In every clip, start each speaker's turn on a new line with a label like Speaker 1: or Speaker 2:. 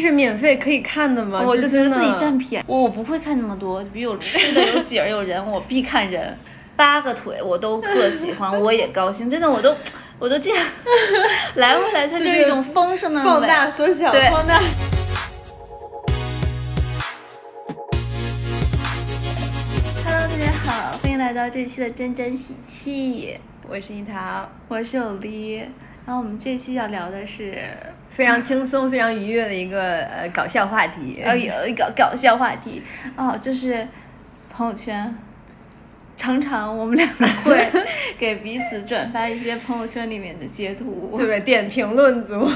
Speaker 1: 是免费可以看的吗？
Speaker 2: 我啊就觉得
Speaker 1: 真的
Speaker 2: 自己占便宜，我我不会看那么多，比如有吃的、有景儿、有人，我必看人。八个腿我都特喜欢，我也高兴，真的我都我都这样来回来去，
Speaker 1: 就
Speaker 2: 就是是一种丰盛的
Speaker 1: 放
Speaker 2: 美
Speaker 1: 大缩小，
Speaker 2: 对
Speaker 1: 放大。
Speaker 2: Hello，大家好，欢迎来到这期的真真喜气，
Speaker 1: 我是一桃，
Speaker 2: 我是有离。然后我们这期要聊的是，
Speaker 1: 非常轻松、非常愉悦的一个呃搞笑话题。
Speaker 2: 呃，有一个搞笑话题哦，就是朋友圈。常常我们两个会 给彼此转发一些朋友圈里面的截图，
Speaker 1: 对，点评论组，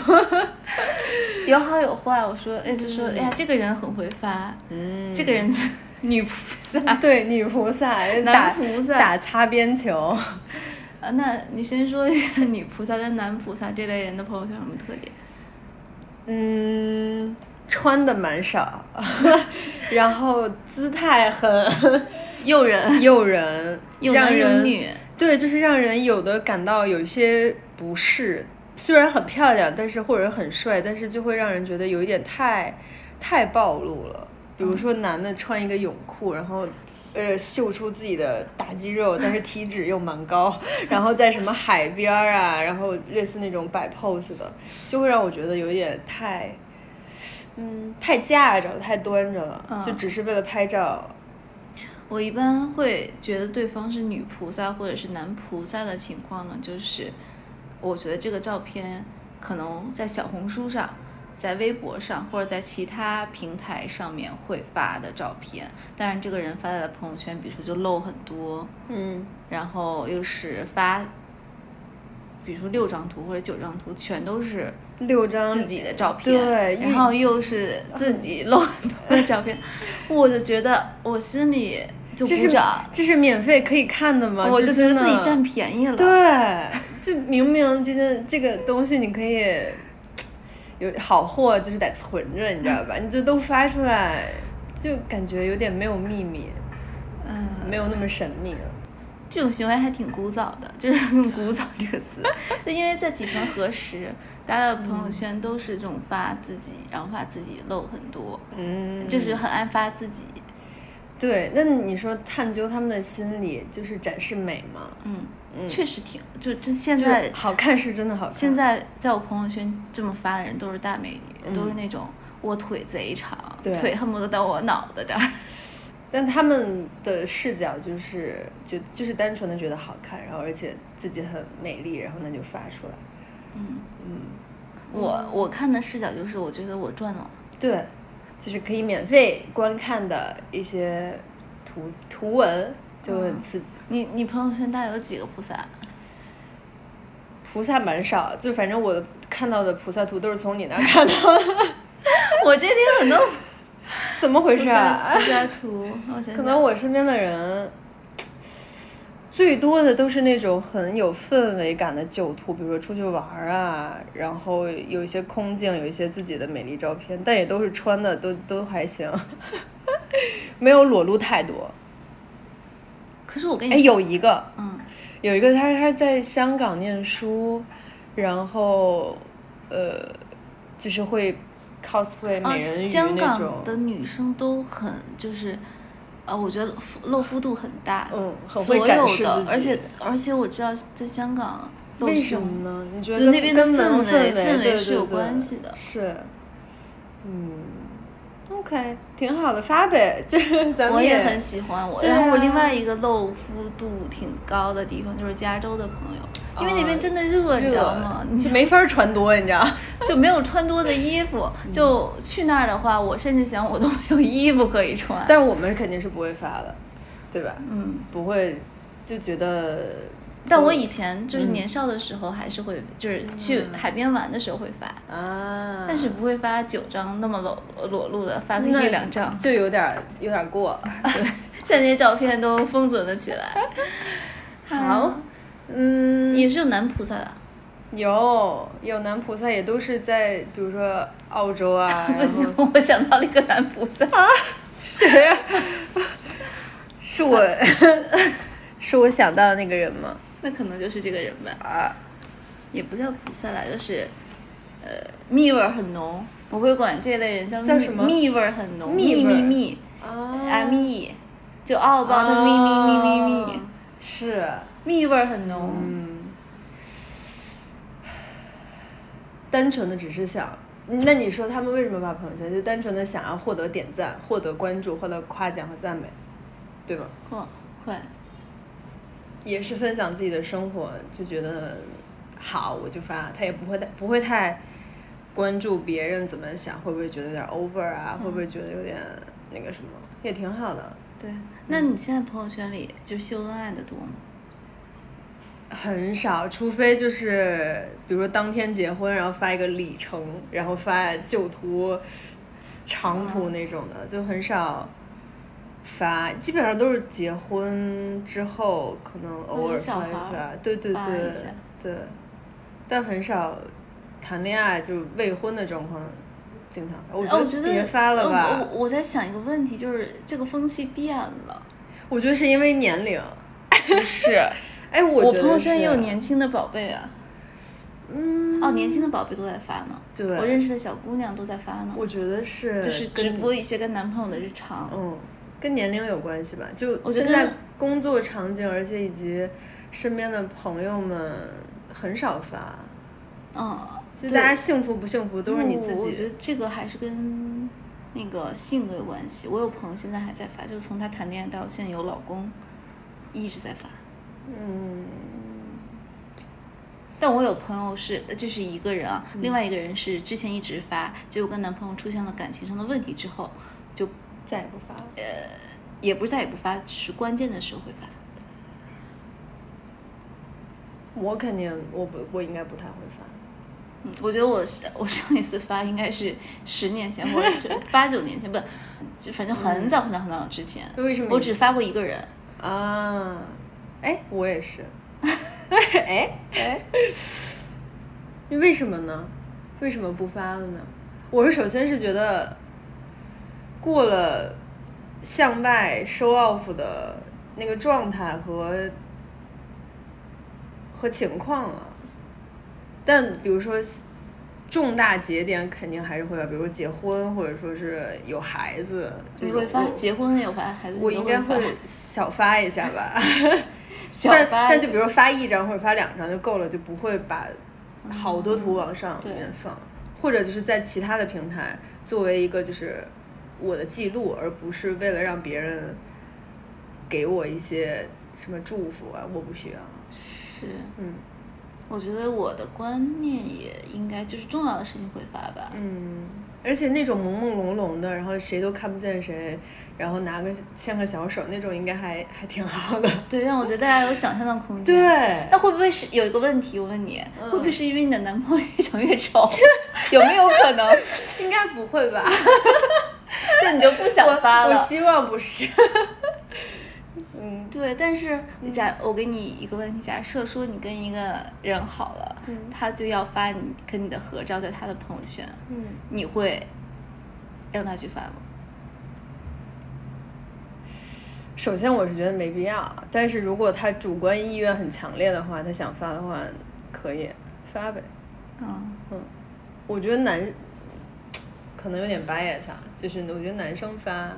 Speaker 2: 有好有坏。我说，哎，就说，哎呀，这个人很会发，
Speaker 1: 嗯
Speaker 2: 这个人女菩萨。
Speaker 1: 对女菩萨打
Speaker 2: 啊男菩萨
Speaker 1: 打擦边球，
Speaker 2: 啊，那你先说一下女菩萨跟男菩萨这类人的朋友圈有什么特点？
Speaker 1: 嗯，穿的蛮少， 然后姿态很
Speaker 2: 诱人，
Speaker 1: 诱 人，
Speaker 2: 有
Speaker 1: 让
Speaker 2: 男有
Speaker 1: 人
Speaker 2: 女，
Speaker 1: 对，就是让人有的感到有一些不适。虽然很漂亮，但是或者很帅，但是就会让人觉得有一点太太暴露了。比如说，男的穿一个泳裤，然后呃秀出自己的大肌肉，但是体脂又蛮高，然后在什么海边儿啊，然后类似那种摆 pose 的，就会让我觉得有点太，嗯，太架着了，太端着了，就
Speaker 2: 嗯
Speaker 1: 只是为了拍照。
Speaker 2: 我一般会觉得对方是女菩萨或者是男菩萨的情况呢，就是我觉得这个照片可能在小红书上、在微博上或者在其他平台上面会发的照片，当然这个人发在了朋友圈，比如说就露很多，
Speaker 1: 嗯
Speaker 2: 然后又是发，比如说六张图或者九张图，全都是
Speaker 1: 六张
Speaker 2: 自己的照片，
Speaker 1: 对
Speaker 2: 然后又是自己 露很多的照片，我就觉得我心里就
Speaker 1: 这
Speaker 2: 鼓
Speaker 1: 是
Speaker 2: 掌，
Speaker 1: 这是免费可以看的吗？
Speaker 2: 我哦就觉
Speaker 1: 真的
Speaker 2: 得自己占便宜了。，
Speaker 1: 对， 这明明这件这个东西你可以有好货，就是得存着，你知道吧？你这都发出来，就感觉有点没有秘密，
Speaker 2: 嗯，
Speaker 1: 没有那么神秘了。
Speaker 2: 这种行为还挺古早的， 就是用“古早”这个 词，就因为在几层核实，大家的朋友圈都是这种发自己，然后发自己露很多，
Speaker 1: 嗯，
Speaker 2: 就是很爱发自己，
Speaker 1: 对。那你说探究他们的心理，就是展示美吗？
Speaker 2: 嗯，
Speaker 1: 嗯
Speaker 2: 确实挺，就就现
Speaker 1: 就是
Speaker 2: 在
Speaker 1: 好看是真的好看。
Speaker 2: 现在在我朋友圈这么发的人都是大美女，
Speaker 1: 嗯
Speaker 2: 都是那种我腿贼长，
Speaker 1: 对
Speaker 2: 腿恨不得到我脑袋这儿。
Speaker 1: 但他们的视角就是就就是单纯的觉得好看，然后而且自己很美丽，然后那就发出来。
Speaker 2: 嗯，
Speaker 1: 嗯，
Speaker 2: 我我看的视角就是，我觉得我赚了。
Speaker 1: 对，就是可以免费观看的一些图图文就
Speaker 2: 嗯
Speaker 1: 很刺激。
Speaker 2: 你你朋友圈大概有几个菩萨？
Speaker 1: 菩萨蛮少，就反正我看到的菩萨图都是从你那儿看到的，
Speaker 2: 我这里有很多
Speaker 1: 怎么回事啊
Speaker 2: 菩？萨图，我想想
Speaker 1: 可能我身边的人。最多的都是那种很有氛围感的旧图，比如说出去玩儿啊，然后有一些空镜，有一些自己的美丽照片，但也都是穿的都都还行， 没有裸露太多。
Speaker 2: 可是我跟你
Speaker 1: 哎，有一个，
Speaker 2: 嗯，
Speaker 1: 有一个他他在香港念书，然后呃，就是会 cosplay
Speaker 2: 啊，
Speaker 1: 美人鱼
Speaker 2: 香
Speaker 1: 那
Speaker 2: 港
Speaker 1: 种，
Speaker 2: 的女生都很就是，呃，我觉得肤露肤度很大，
Speaker 1: 嗯很
Speaker 2: 所
Speaker 1: 会
Speaker 2: 有
Speaker 1: 展示
Speaker 2: 的
Speaker 1: 自
Speaker 2: 而
Speaker 1: 己
Speaker 2: 且而且我知道在香港露
Speaker 1: 为什
Speaker 2: 胸
Speaker 1: 么呢？你觉
Speaker 2: 对
Speaker 1: 得
Speaker 2: 那边的
Speaker 1: 跟
Speaker 2: 氛
Speaker 1: 氛
Speaker 2: 围
Speaker 1: 围
Speaker 2: 氛围
Speaker 1: 对
Speaker 2: 是
Speaker 1: 对
Speaker 2: 有
Speaker 1: 对
Speaker 2: 关系的
Speaker 1: 是，嗯，OK，挺好的，发呗， 就是咱们
Speaker 2: 我也很喜欢我。
Speaker 1: 对
Speaker 2: 然后我
Speaker 1: 啊
Speaker 2: 另外一个露肤度挺高的地方就是加州的朋友，因为那边
Speaker 1: 啊
Speaker 2: 真的热，你知道吗
Speaker 1: 热？，
Speaker 2: 你
Speaker 1: 就没法儿穿多，你知道。
Speaker 2: 就没有穿多的衣服，
Speaker 1: 嗯
Speaker 2: 就去那儿的话，我甚至想我都没有衣服可以 穿。
Speaker 1: 但是我们肯定是不会发的，对吧？
Speaker 2: 嗯，
Speaker 1: 不会，就觉得。
Speaker 2: 但我
Speaker 1: 以。
Speaker 2: 以前就是年少的时候还是会，就是去海边玩的时候会发，
Speaker 1: 啊，
Speaker 2: 但是不会发九张那么裸裸露的，发个一
Speaker 1: 那
Speaker 2: 两张，
Speaker 1: 就有点儿有点儿过。
Speaker 2: 现在这些照片都封存了 起来。
Speaker 1: 啊好，嗯，
Speaker 2: 也是有男菩萨 的，
Speaker 1: 有有男菩萨也都是在，比如说澳洲啊，
Speaker 2: 不
Speaker 1: 然
Speaker 2: 行啊
Speaker 1: 后，
Speaker 2: 我想到了一个男菩萨。
Speaker 1: 啊谁呀？ 是我， 是我想到的那个人吗？
Speaker 2: 那可能就是这个人吧，
Speaker 1: 啊，
Speaker 2: 也不叫菩萨啦，就是，呃，蜜味儿很浓，我会管这类人叫
Speaker 1: 叫
Speaker 2: 蜜
Speaker 1: 什么
Speaker 2: 蜜味儿很浓，
Speaker 1: 蜜
Speaker 2: 蜜
Speaker 1: 味儿
Speaker 2: 蜜蜜
Speaker 1: 啊
Speaker 2: 啊蜜，就 all about 蜜蜜蜜蜜蜜
Speaker 1: 啊，是，
Speaker 2: 蜜味儿很浓。
Speaker 1: 嗯，单纯的只是想，那你说他们为什么发朋友圈？就单纯的想要获得点赞、获得关注、获得夸奖和赞美，对吗？
Speaker 2: 会会，
Speaker 1: 也是分享自己的生活，就觉得好我就发，他也不会太不会太关注别人怎么想，会不会觉得有点 over 啊？会不会觉得有点那个什么？也挺好的，
Speaker 2: 对。那你现在朋友圈里就秀恩爱的多吗？
Speaker 1: 很少，除非就是比如说当天结婚，然后发一个里程，然后发旧图、长图那种的，就很少发。基本上都是结婚之后，可能偶
Speaker 2: 会
Speaker 1: 尔
Speaker 2: 有小
Speaker 1: 发一
Speaker 2: 孩儿
Speaker 1: 发，对对
Speaker 2: 发
Speaker 1: 对
Speaker 2: 一下
Speaker 1: 对，但很少谈恋爱就是未婚的状况，经常发。
Speaker 2: 哎我
Speaker 1: 哦觉得
Speaker 2: 觉得
Speaker 1: 别发了吧，
Speaker 2: 呃我我我在想一个问题，就是这个风气变了。
Speaker 1: 我觉得是因为年龄。
Speaker 2: 不 是，
Speaker 1: 哎，
Speaker 2: 我
Speaker 1: 觉
Speaker 2: 朋
Speaker 1: 得
Speaker 2: 友圈也有
Speaker 1: 是
Speaker 2: 年轻的宝贝啊。
Speaker 1: 嗯，
Speaker 2: 哦，年轻的宝贝都在发呢。
Speaker 1: 对
Speaker 2: 我认识的小姑娘都在发呢。
Speaker 1: 我觉得是
Speaker 2: 就是
Speaker 1: 跟
Speaker 2: 直播一些跟男朋友的日常。
Speaker 1: 嗯，跟年龄有关系吧？就
Speaker 2: 我觉
Speaker 1: 现
Speaker 2: 得
Speaker 1: 在工作场景，而且以及身边的朋友们很少发，
Speaker 2: 嗯，
Speaker 1: 就
Speaker 2: 对
Speaker 1: 大家幸福不幸福都是你自
Speaker 2: 不我觉
Speaker 1: 己。
Speaker 2: 得这个还是跟那个性格有关系。我有朋友现在还在发，就是从她谈恋爱到现在有老公，一直在发。
Speaker 1: 嗯，
Speaker 2: 但我有朋友是，这是一个人啊，
Speaker 1: 嗯
Speaker 2: 另外一个人是之前一直发，结果跟男朋友出现了感情上的问题之后，就
Speaker 1: 再也不发了。
Speaker 2: 也不是再也不发，只是关键的时候会发。
Speaker 1: 我肯定，我不，我应该不太会发。
Speaker 2: 嗯，我觉得我是我上一次发应该是十年前或者九 八九年前，不，就反正很早很早很早之前。
Speaker 1: 嗯那为什么
Speaker 2: 我
Speaker 1: 你
Speaker 2: 只发过一个人。
Speaker 1: 啊，哎，我也 是。哎，
Speaker 2: 哎，
Speaker 1: 你为什么呢？为什么不发了呢？我是首先是觉得过了向外 show off 的那个状态和和情况了、但比如说重大节点肯定还是会吧，比如说结婚或者说是有孩子，这
Speaker 2: 你
Speaker 1: 种
Speaker 2: 会发
Speaker 1: 我
Speaker 2: 结婚有发孩子，
Speaker 1: 我
Speaker 2: 你
Speaker 1: 应
Speaker 2: 都
Speaker 1: 该
Speaker 2: 会
Speaker 1: 会
Speaker 2: 发
Speaker 1: 小发一下 吧。
Speaker 2: 小
Speaker 1: 但
Speaker 2: 发，
Speaker 1: 但就比如说发一张或者发两张就够了，就不会把好多图往上
Speaker 2: 嗯对
Speaker 1: 面放，或者就是在其他的平台作为一个就是我的记录，而不是为了让别人给我一些什么祝福啊，我不需要。
Speaker 2: 是，
Speaker 1: 嗯
Speaker 2: 我觉得我的观念也应该就是重要的事情会发吧。
Speaker 1: 嗯，而且那种朦朦胧胧的，然后谁都看不见谁，然后拿个牵个小手那种，应该还还挺好的。
Speaker 2: 对，让我觉得大家有想象的空间。
Speaker 1: 对啊
Speaker 2: 那会不会是有一个问题？我问你，
Speaker 1: 嗯
Speaker 2: 会不会是因为你的男朋友越长 越丑？有没有可能？
Speaker 1: 应该不会吧？
Speaker 2: 就你就不想发
Speaker 1: 我
Speaker 2: 了
Speaker 1: 我？希望不是。嗯，
Speaker 2: 对，但是假我给你一个问题，假设说你跟一个人好了，
Speaker 1: 嗯
Speaker 2: 他就要发你跟你的合照在他的朋友圈，
Speaker 1: 嗯，
Speaker 2: 你会让他去发吗？
Speaker 1: 首先我是觉得没必要，但是如果他主观意愿很强烈的话，他想发的话，可以发呗。
Speaker 2: 嗯，
Speaker 1: 嗯，我觉得男可能有点 bias 啊，就是我觉得男生发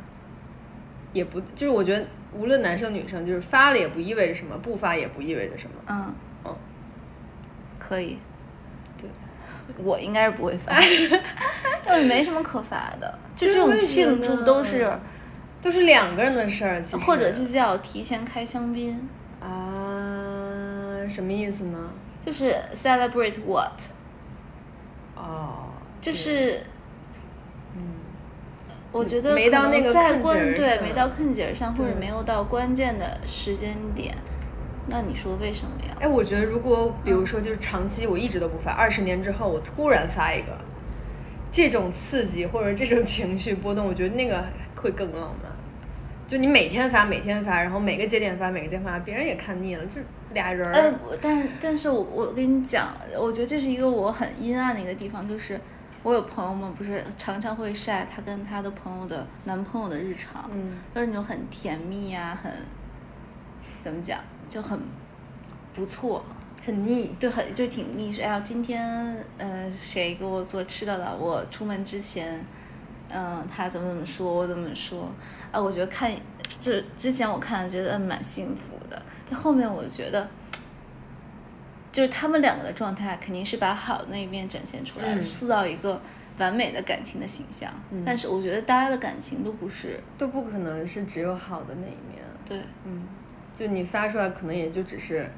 Speaker 1: 也不，就是我觉得无论男生女生，就是发了也不意味着什么，不发也不意味着什么。
Speaker 2: 嗯，
Speaker 1: 嗯，
Speaker 2: 可以。
Speaker 1: 对，
Speaker 2: 我应该是不会 发，因为没什么可发的。就这
Speaker 1: 对我
Speaker 2: 种
Speaker 1: 也觉
Speaker 2: 庆祝都
Speaker 1: 得嗯
Speaker 2: 是，
Speaker 1: 都是两个人的事儿，其实
Speaker 2: 或者就叫提前开香槟，
Speaker 1: 啊，什么意思呢？
Speaker 2: 就是 celebrate what，
Speaker 1: 哦，
Speaker 2: 就是
Speaker 1: 嗯。
Speaker 2: 我觉得
Speaker 1: 没到
Speaker 2: 可能
Speaker 1: 那个
Speaker 2: 在
Speaker 1: 坎
Speaker 2: 关
Speaker 1: 节儿
Speaker 2: 对
Speaker 1: 上
Speaker 2: 没到坑节儿上，或者
Speaker 1: 对
Speaker 2: 没有到关键的时间点，那你说为什么呀？
Speaker 1: 哎，我觉得如果比如说就是长期我一直都不发，二十年之后我突然发一个，这种刺激或者这种情绪波动，我觉得那个会更浪漫。就你每天发，每天发，然后每个节点发，每个节点发，别人也看腻了，就是俩人儿。
Speaker 2: 呃，我但是但是我我跟你讲，我觉得这是一个我很阴暗的一个地方，就是我有朋友们不是常常会晒她跟她的朋友的男朋友的日常，
Speaker 1: 嗯
Speaker 2: 都是那种很甜蜜啊，很怎么讲就很不错，
Speaker 1: 很腻。
Speaker 2: 对，很就挺腻，说哎呀，今天呃谁给我做吃的了？我出门之前，嗯、他怎么怎么说，我怎么说啊？我觉得看，就是之前我看觉得嗯蛮幸福的，但后面我就觉得，就是他们两个的状态肯定是把好的那一面展现出来，
Speaker 1: 嗯
Speaker 2: 塑造一个完美的感情的形象。但是我觉得大家的感情都不是
Speaker 1: 都不可能是只有好的那一面。
Speaker 2: 对，
Speaker 1: 嗯，就你发出来，可能也就只是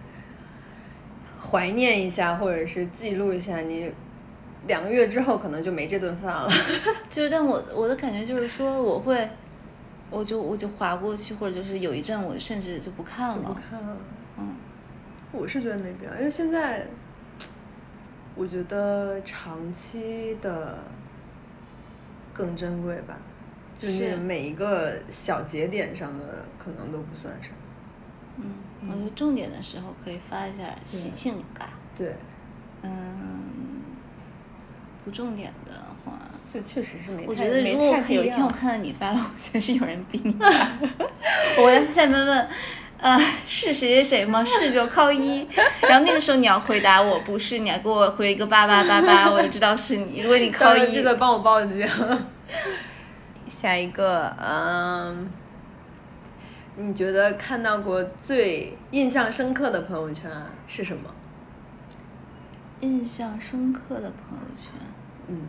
Speaker 1: 怀念一下，或者是记录一下。你两个月之后可能就没这顿饭了。
Speaker 2: 就是，但我我的感觉就是说，我会，我就我就划过去，或者就是有一阵我甚至就不看了，
Speaker 1: 不看了，
Speaker 2: 嗯，
Speaker 1: 我是觉得没必要，因为现在我觉得长期的更珍贵吧，就是
Speaker 2: 是
Speaker 1: 每一个小节点上的可能都不算什么。
Speaker 2: 嗯，我觉得重点的时候可以发一下喜庆感，
Speaker 1: 对，
Speaker 2: 嗯，不重点的话，
Speaker 1: 就确实是没太。
Speaker 2: 我觉得
Speaker 1: 没
Speaker 2: 如果
Speaker 1: 太
Speaker 2: 我有一
Speaker 1: 必
Speaker 2: 天我
Speaker 1: 要
Speaker 2: 看到你发了，我觉得是有人比你大， 我在下面问。啊，是谁谁谁 吗？是就扣一。然后那个时候你要回答我不是，你要给我回一个八八八八，我就知道是你。如果你
Speaker 1: 到
Speaker 2: 扣
Speaker 1: 时候
Speaker 2: 一，
Speaker 1: 记得帮我报警。 下一个，嗯，你觉得看到过最印象深刻的朋友圈啊是什么？
Speaker 2: 印象深刻的朋友圈，
Speaker 1: 嗯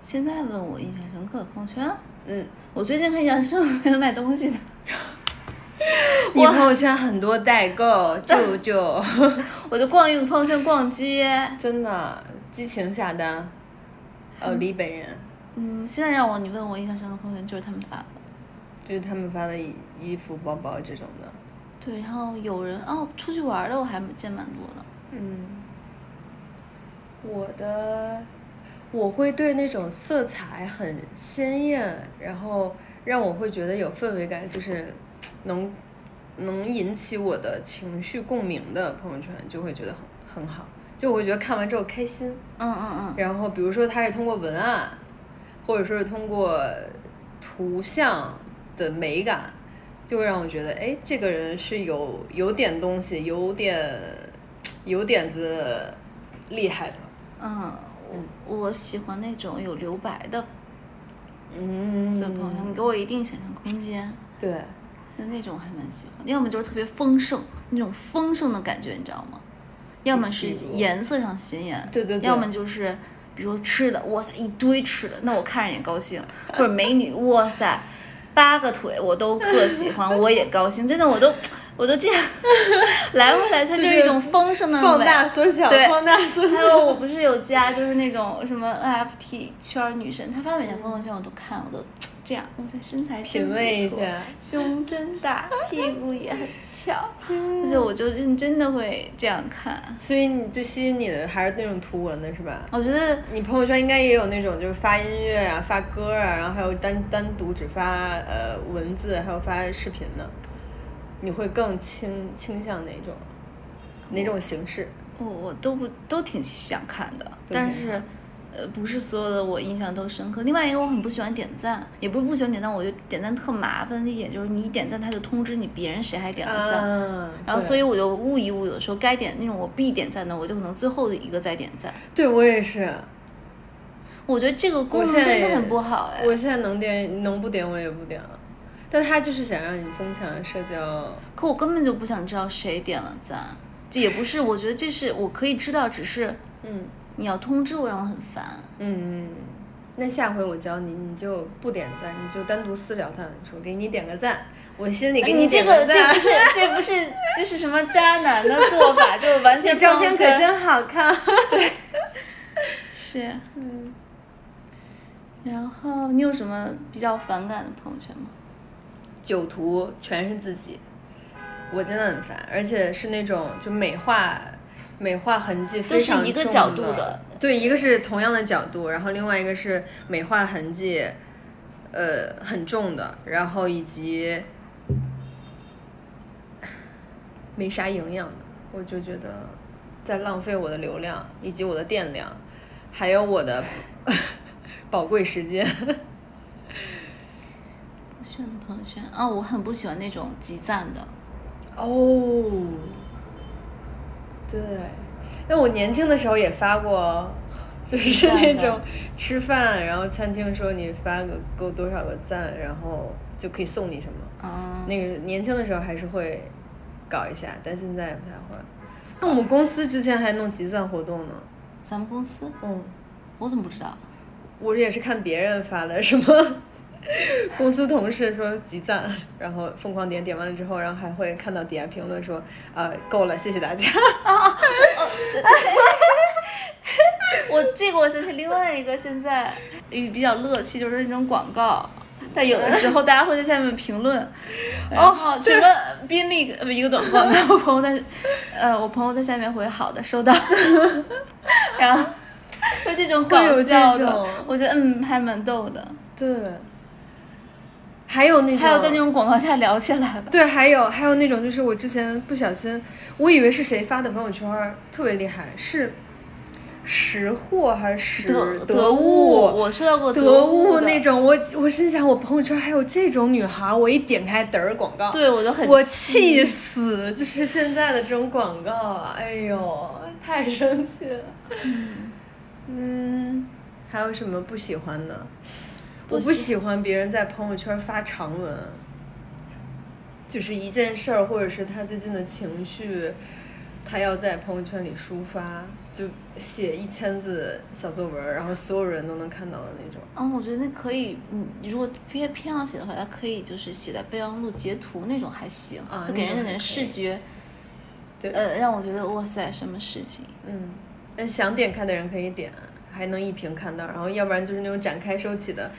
Speaker 2: 现在问我印象深刻的朋友圈，啊
Speaker 1: 嗯，
Speaker 2: 我最近看印象深刻的卖东西的，
Speaker 1: 你朋友圈很多代购，舅舅，
Speaker 2: 我就逛用朋友圈逛街。
Speaker 1: 真的激情下单。呃，李北人
Speaker 2: 嗯，现在让我你问我印象深刻的朋友圈就是他们发的。
Speaker 1: 就是他们发的衣衣服、包包这种的。
Speaker 2: 对，然后有人哦，出去玩的我还见蛮多的。
Speaker 1: 嗯，我的我会对那种色彩很鲜艳，然后让我会觉得有氛围感，就是能能引起我的情绪共鸣的朋友圈，就会觉得很很好。就我会觉得看完之后开心。
Speaker 2: 嗯嗯嗯，
Speaker 1: 然后比如说它是通过文案，或者说是通过图像的美感，就会让我觉得，哎，这个人是有有点东西，有点有点子厉害的。
Speaker 2: 嗯，我我喜欢那种有留白的
Speaker 1: 嗯
Speaker 2: 的朋友圈，你给我一定想象空间。
Speaker 1: 对，
Speaker 2: 那那种还蛮喜欢的，要么就是特别丰盛，那种丰盛的感觉，你知道吗？要么是
Speaker 1: 比如
Speaker 2: 颜色上显眼，
Speaker 1: 对对对
Speaker 2: 要么就是比如说吃的，哇塞，一堆吃的，那我看着也高兴；或者美女，哇塞，八个腿我都特喜欢，我也高兴，真的我都我都这样 来回来去，
Speaker 1: 就
Speaker 2: 就是
Speaker 1: 是
Speaker 2: 一种丰盛的
Speaker 1: 放
Speaker 2: 美
Speaker 1: 大缩小，
Speaker 2: 对
Speaker 1: 放大缩小。
Speaker 2: 还有我不是有加就是那种什么 NFT 圈儿女神，她发每条朋友圈我都看，我都这样，哇塞，身材 真
Speaker 1: 品
Speaker 2: 不
Speaker 1: 味一
Speaker 2: 错
Speaker 1: 下
Speaker 2: 胸真大，屁股也很翘，
Speaker 1: 啊
Speaker 2: 而且我就认真的会这样看。
Speaker 1: 所以你最吸引你的还是那种图文的是吧？
Speaker 2: 我觉得
Speaker 1: 你朋友圈应该也有那种，就是发音乐啊、发歌啊，然后还有单单独只发呃文字，还有发视频的，你会更倾倾向哪种？哪种形式？
Speaker 2: 我我都不都挺想看的，
Speaker 1: 都
Speaker 2: 但
Speaker 1: 挺想
Speaker 2: 是呃不是所有的我印象都深刻。另外一个我很不喜欢点赞，也不是不喜欢点赞，我觉得点赞特麻烦的一点就是你一点赞他就通知你别人谁还点了赞。
Speaker 1: 啊，
Speaker 2: 然后，
Speaker 1: 对
Speaker 2: 所以我就误以为有时候该点那种我必点赞的，我就可能最后的一个再点赞。
Speaker 1: 对我也是，
Speaker 2: 我觉得这个功
Speaker 1: 我
Speaker 2: 能
Speaker 1: 现在
Speaker 2: 真的
Speaker 1: 也
Speaker 2: 很不好哎。
Speaker 1: 我现在能点能不点我也不点了，但他就是想让你增强社交，
Speaker 2: 可我根本就不想知道谁点了赞，这也不是，我觉得这是我可以知道，只是
Speaker 1: 嗯
Speaker 2: 你要通知我让我很烦。
Speaker 1: 嗯。那下回我教你，你就不点赞，你就单独私聊他，你说给你点个赞，我心里给
Speaker 2: 哎你这
Speaker 1: 点
Speaker 2: 个
Speaker 1: 个
Speaker 2: 这
Speaker 1: 赞。
Speaker 2: 不是这不是就是什么渣男的做法，就完全
Speaker 1: 这照
Speaker 2: 朋
Speaker 1: 片可
Speaker 2: 友圈
Speaker 1: 真好看。
Speaker 2: 是。
Speaker 1: 嗯，
Speaker 2: 然后你有什么比较反感的朋友圈吗？
Speaker 1: 酒徒全是自己，我真的很烦，而且是那种就美化美化痕迹非常
Speaker 2: 都是一个
Speaker 1: 重
Speaker 2: 角度
Speaker 1: 的
Speaker 2: 的，
Speaker 1: 对，一个是同样的角度，然后另外一个是美化痕迹，呃，很重的，然后以及没啥营养的，我就觉得在浪费我的流量以及我的电量，还有我的 宝贵时间。
Speaker 2: 不喜欢的朋友圈啊、我很不喜欢那种集赞的。
Speaker 1: 哦，对，那我年轻的时候也发过，就是
Speaker 2: 吃饭
Speaker 1: 那
Speaker 2: 的
Speaker 1: 种吃饭，然后餐厅说你发个够多少个赞，然后就可以送你什么。
Speaker 2: 嗯，
Speaker 1: 那个年轻的时候还是会搞一下，但现在不太会。那我们公司之前还弄集赞活动呢，
Speaker 2: 咱们公司
Speaker 1: 嗯，
Speaker 2: 我怎么不知道？
Speaker 1: 我也是看别人发的，什么 公司同事说集赞，然后疯狂点点完了之后，然后还会看到底下评论说，呃，够了，谢谢大家。
Speaker 2: 我这个我想起另外一个现在比较乐趣就是那种广告。但有的时候大家会在下面评论，
Speaker 1: 哦
Speaker 2: 然后什么宾利呃不一个短裤，没有我朋友在， 呃，我朋友在下面回好的收到， 然后就这种搞
Speaker 1: 会有这
Speaker 2: 笑
Speaker 1: 种
Speaker 2: 的，我觉得嗯还蛮逗的。
Speaker 1: 对，还有那种，
Speaker 2: 还有在那种广告下聊起来吧，
Speaker 1: 对，还有还有那种，就是我之前不小心，我以为是谁发的朋友圈儿，特别厉害，是识货还是
Speaker 2: 德
Speaker 1: 得
Speaker 2: 物，我收到过
Speaker 1: 得
Speaker 2: 物
Speaker 1: 物
Speaker 2: 的
Speaker 1: 那，种，我我心想，我朋友圈还有这种女孩，我一点开嘚儿广告，
Speaker 2: 对我就很
Speaker 1: 我气死！就是现在的这种广告啊，哎呦，太生气了。嗯，还有什么不喜欢的？我不喜欢别人在朋友圈发长文，就是一件事儿，或者是他最近的情绪，他要在朋友圈里抒发，就写一千字小作文儿，然后所有人都能看到的那种。
Speaker 2: 嗯，我觉得那可以，嗯，如果偏偏要写的话，它可以就是写在备忘录截图那种还行，
Speaker 1: 啊
Speaker 2: 就
Speaker 1: 那
Speaker 2: 给人
Speaker 1: 种
Speaker 2: 那
Speaker 1: 还可
Speaker 2: 种视
Speaker 1: 以
Speaker 2: 觉，
Speaker 1: 对
Speaker 2: 呃，让我觉得哇塞，什么事情？
Speaker 1: 嗯，但想点开的人可以点，还能一屏看到，然后要不然就是那种展开收起的，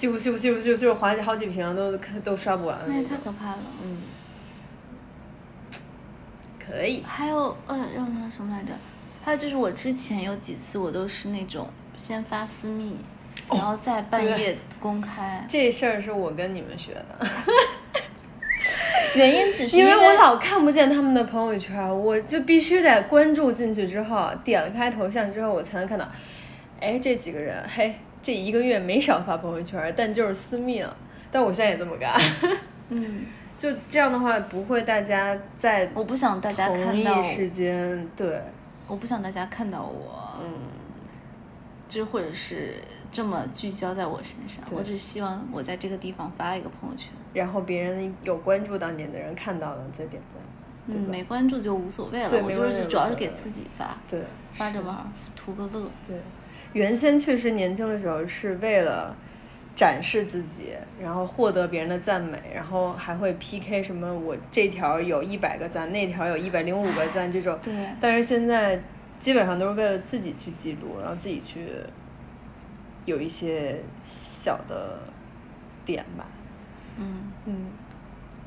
Speaker 1: 咻咻咻咻咻划好几屏都都刷不完了
Speaker 2: 那也
Speaker 1: 种
Speaker 2: 太可怕了。
Speaker 1: 嗯，可以，
Speaker 2: 还有，呃，让我想想什么来着？还有就是我之前有几次我都是那种先发私密，然
Speaker 1: 哦
Speaker 2: 后再半
Speaker 1: 对
Speaker 2: 夜公开，
Speaker 1: 这事儿是我跟你们学的，
Speaker 2: 原因只是
Speaker 1: 因为
Speaker 2: 为
Speaker 1: 我老看不见他们的朋友圈，我就必须得关注进去之后，点开头像之后，我才能看到，哎，这几个人，嘿，这一个月没少发朋友圈，但就是私密了。但我现在也这么干，
Speaker 2: 嗯，
Speaker 1: 就这样的话，不会大家在
Speaker 2: 我不想大家
Speaker 1: 同
Speaker 2: 看
Speaker 1: 一
Speaker 2: 到我，
Speaker 1: 时间，对，
Speaker 2: 我不想大家看到我，嗯，就或者是这么聚焦在我身上，
Speaker 1: 对
Speaker 2: 我只希望我在这个地方发一个朋友圈，
Speaker 1: 然后别人有关注到你的人看到了再点赞，
Speaker 2: 嗯，没关注就无所谓了，
Speaker 1: 对
Speaker 2: 我
Speaker 1: 没
Speaker 2: 就
Speaker 1: 关注
Speaker 2: 是
Speaker 1: 就
Speaker 2: 主要
Speaker 1: 无
Speaker 2: 是
Speaker 1: 所
Speaker 2: 给
Speaker 1: 谓
Speaker 2: 自己发，
Speaker 1: 对，
Speaker 2: 发着
Speaker 1: 是
Speaker 2: 玩 儿，图个乐，
Speaker 1: 对，原先确实年轻的时候是为了展示自己，然后获得别人的赞美，然后还会 PK 什么我这条有一百个赞，那条有一百零五个赞这种。
Speaker 2: 对
Speaker 1: 但是现在基本上都是为了自己去记录，然后自己去有一些小的点吧。
Speaker 2: 嗯，
Speaker 1: 嗯，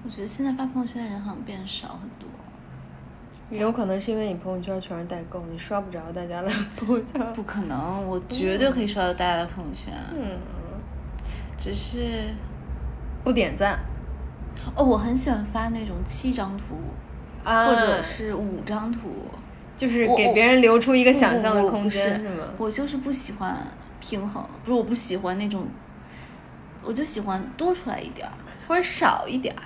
Speaker 2: 我觉得现在发朋友圈的人好像变少很多，
Speaker 1: 也有可能是因为你朋友圈全是代购，你刷不着大家的 朋友 圈。
Speaker 2: 不可能，我绝对可以刷到大家的朋友圈，
Speaker 1: 嗯，
Speaker 2: 只是，
Speaker 1: 不点赞
Speaker 2: 哦，我很喜欢发那种七张图
Speaker 1: 啊，
Speaker 2: 或者是五张图。
Speaker 1: 就是
Speaker 2: 我
Speaker 1: 给
Speaker 2: 我
Speaker 1: 别人留出一
Speaker 2: 一
Speaker 1: 个想象的空间，
Speaker 2: 哦是
Speaker 1: 是吗？
Speaker 2: 我就是不喜欢平衡，不是我不喜欢那种，我就喜欢多出来一点儿或者少一点儿。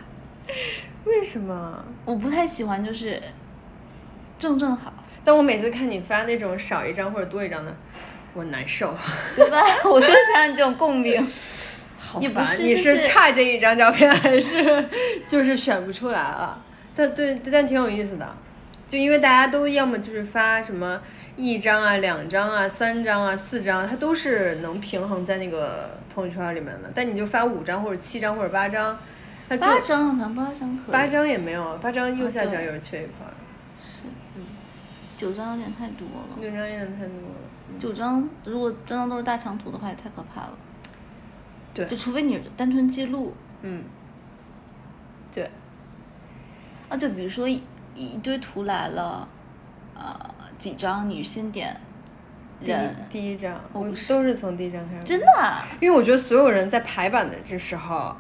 Speaker 1: 为什么？
Speaker 2: 我不太喜欢就是正正好，
Speaker 1: 但我每次看你发那种少一张或者多一张的，我难受，
Speaker 2: 对吧？ 我就是想要你这种共鸣。
Speaker 1: 好
Speaker 2: 也不
Speaker 1: 烦。
Speaker 2: 是
Speaker 1: 你
Speaker 2: 就是是
Speaker 1: 差这一张照片，还是就是选不出来了？但对，但挺有意思的，就因为大家都要么就是发什么一张啊、两张啊、三张啊、四张，它都是能平衡在那个朋友圈里面的。但你就发五张或者七张或者八张，那就
Speaker 2: 八张好像八张可以，
Speaker 1: 八张也没有，八张右
Speaker 2: 啊
Speaker 1: 下角
Speaker 2: 对哦
Speaker 1: 有人缺一块儿，
Speaker 2: 是
Speaker 1: 嗯，
Speaker 2: 九张有点太多了。
Speaker 1: 六张有点太多了。
Speaker 2: 九张如果张张都是大长图的话，也太可怕了。
Speaker 1: 对
Speaker 2: 就除非你单纯记录，
Speaker 1: 嗯，对，
Speaker 2: 啊，就比如说一一堆图来了，呃，几张你先点
Speaker 1: 第一
Speaker 2: 人，
Speaker 1: 第一张，
Speaker 2: 我
Speaker 1: 我
Speaker 2: 不
Speaker 1: 都是从第一张开始。
Speaker 2: 真的、？啊，
Speaker 1: 因为我觉得所有人在排版的这时候，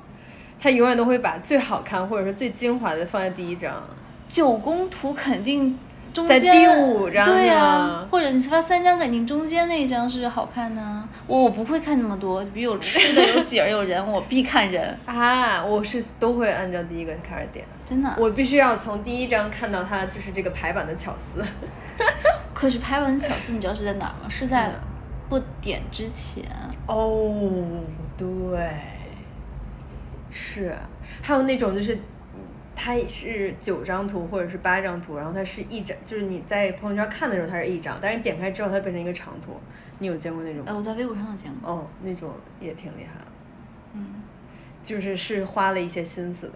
Speaker 1: 他永远都会把最好看或者是最精华的放在第一张。
Speaker 2: 九宫图肯定中
Speaker 1: 在
Speaker 2: 间
Speaker 1: 第五张
Speaker 2: 对呀、
Speaker 1: 呢
Speaker 2: 或者你发三张，肯定中间那一张是好看呢、我我不会看那么多，比如有吃的、有景儿、有人，我必看人，
Speaker 1: 啊，我是都会按照第一个开始点，
Speaker 2: 真的。
Speaker 1: 我必须要从第一张看到它就是这个排版的巧思。
Speaker 2: 可是拍完巧思，你知道是在哪儿吗？是在
Speaker 1: 哪儿
Speaker 2: 不点之前。
Speaker 1: 哦，对，是，还有那种就是，嗯它是九张图或者是八张图，然后它是一张，就是你在朋友圈看的时候它是一张，但是点开之后它变成一个长图，你有见过那种
Speaker 2: 哎，
Speaker 1: 吗？
Speaker 2: 我在微博上有见过。
Speaker 1: 哦，那种也挺厉害的，
Speaker 2: 嗯，
Speaker 1: 就是是花了一些心思的。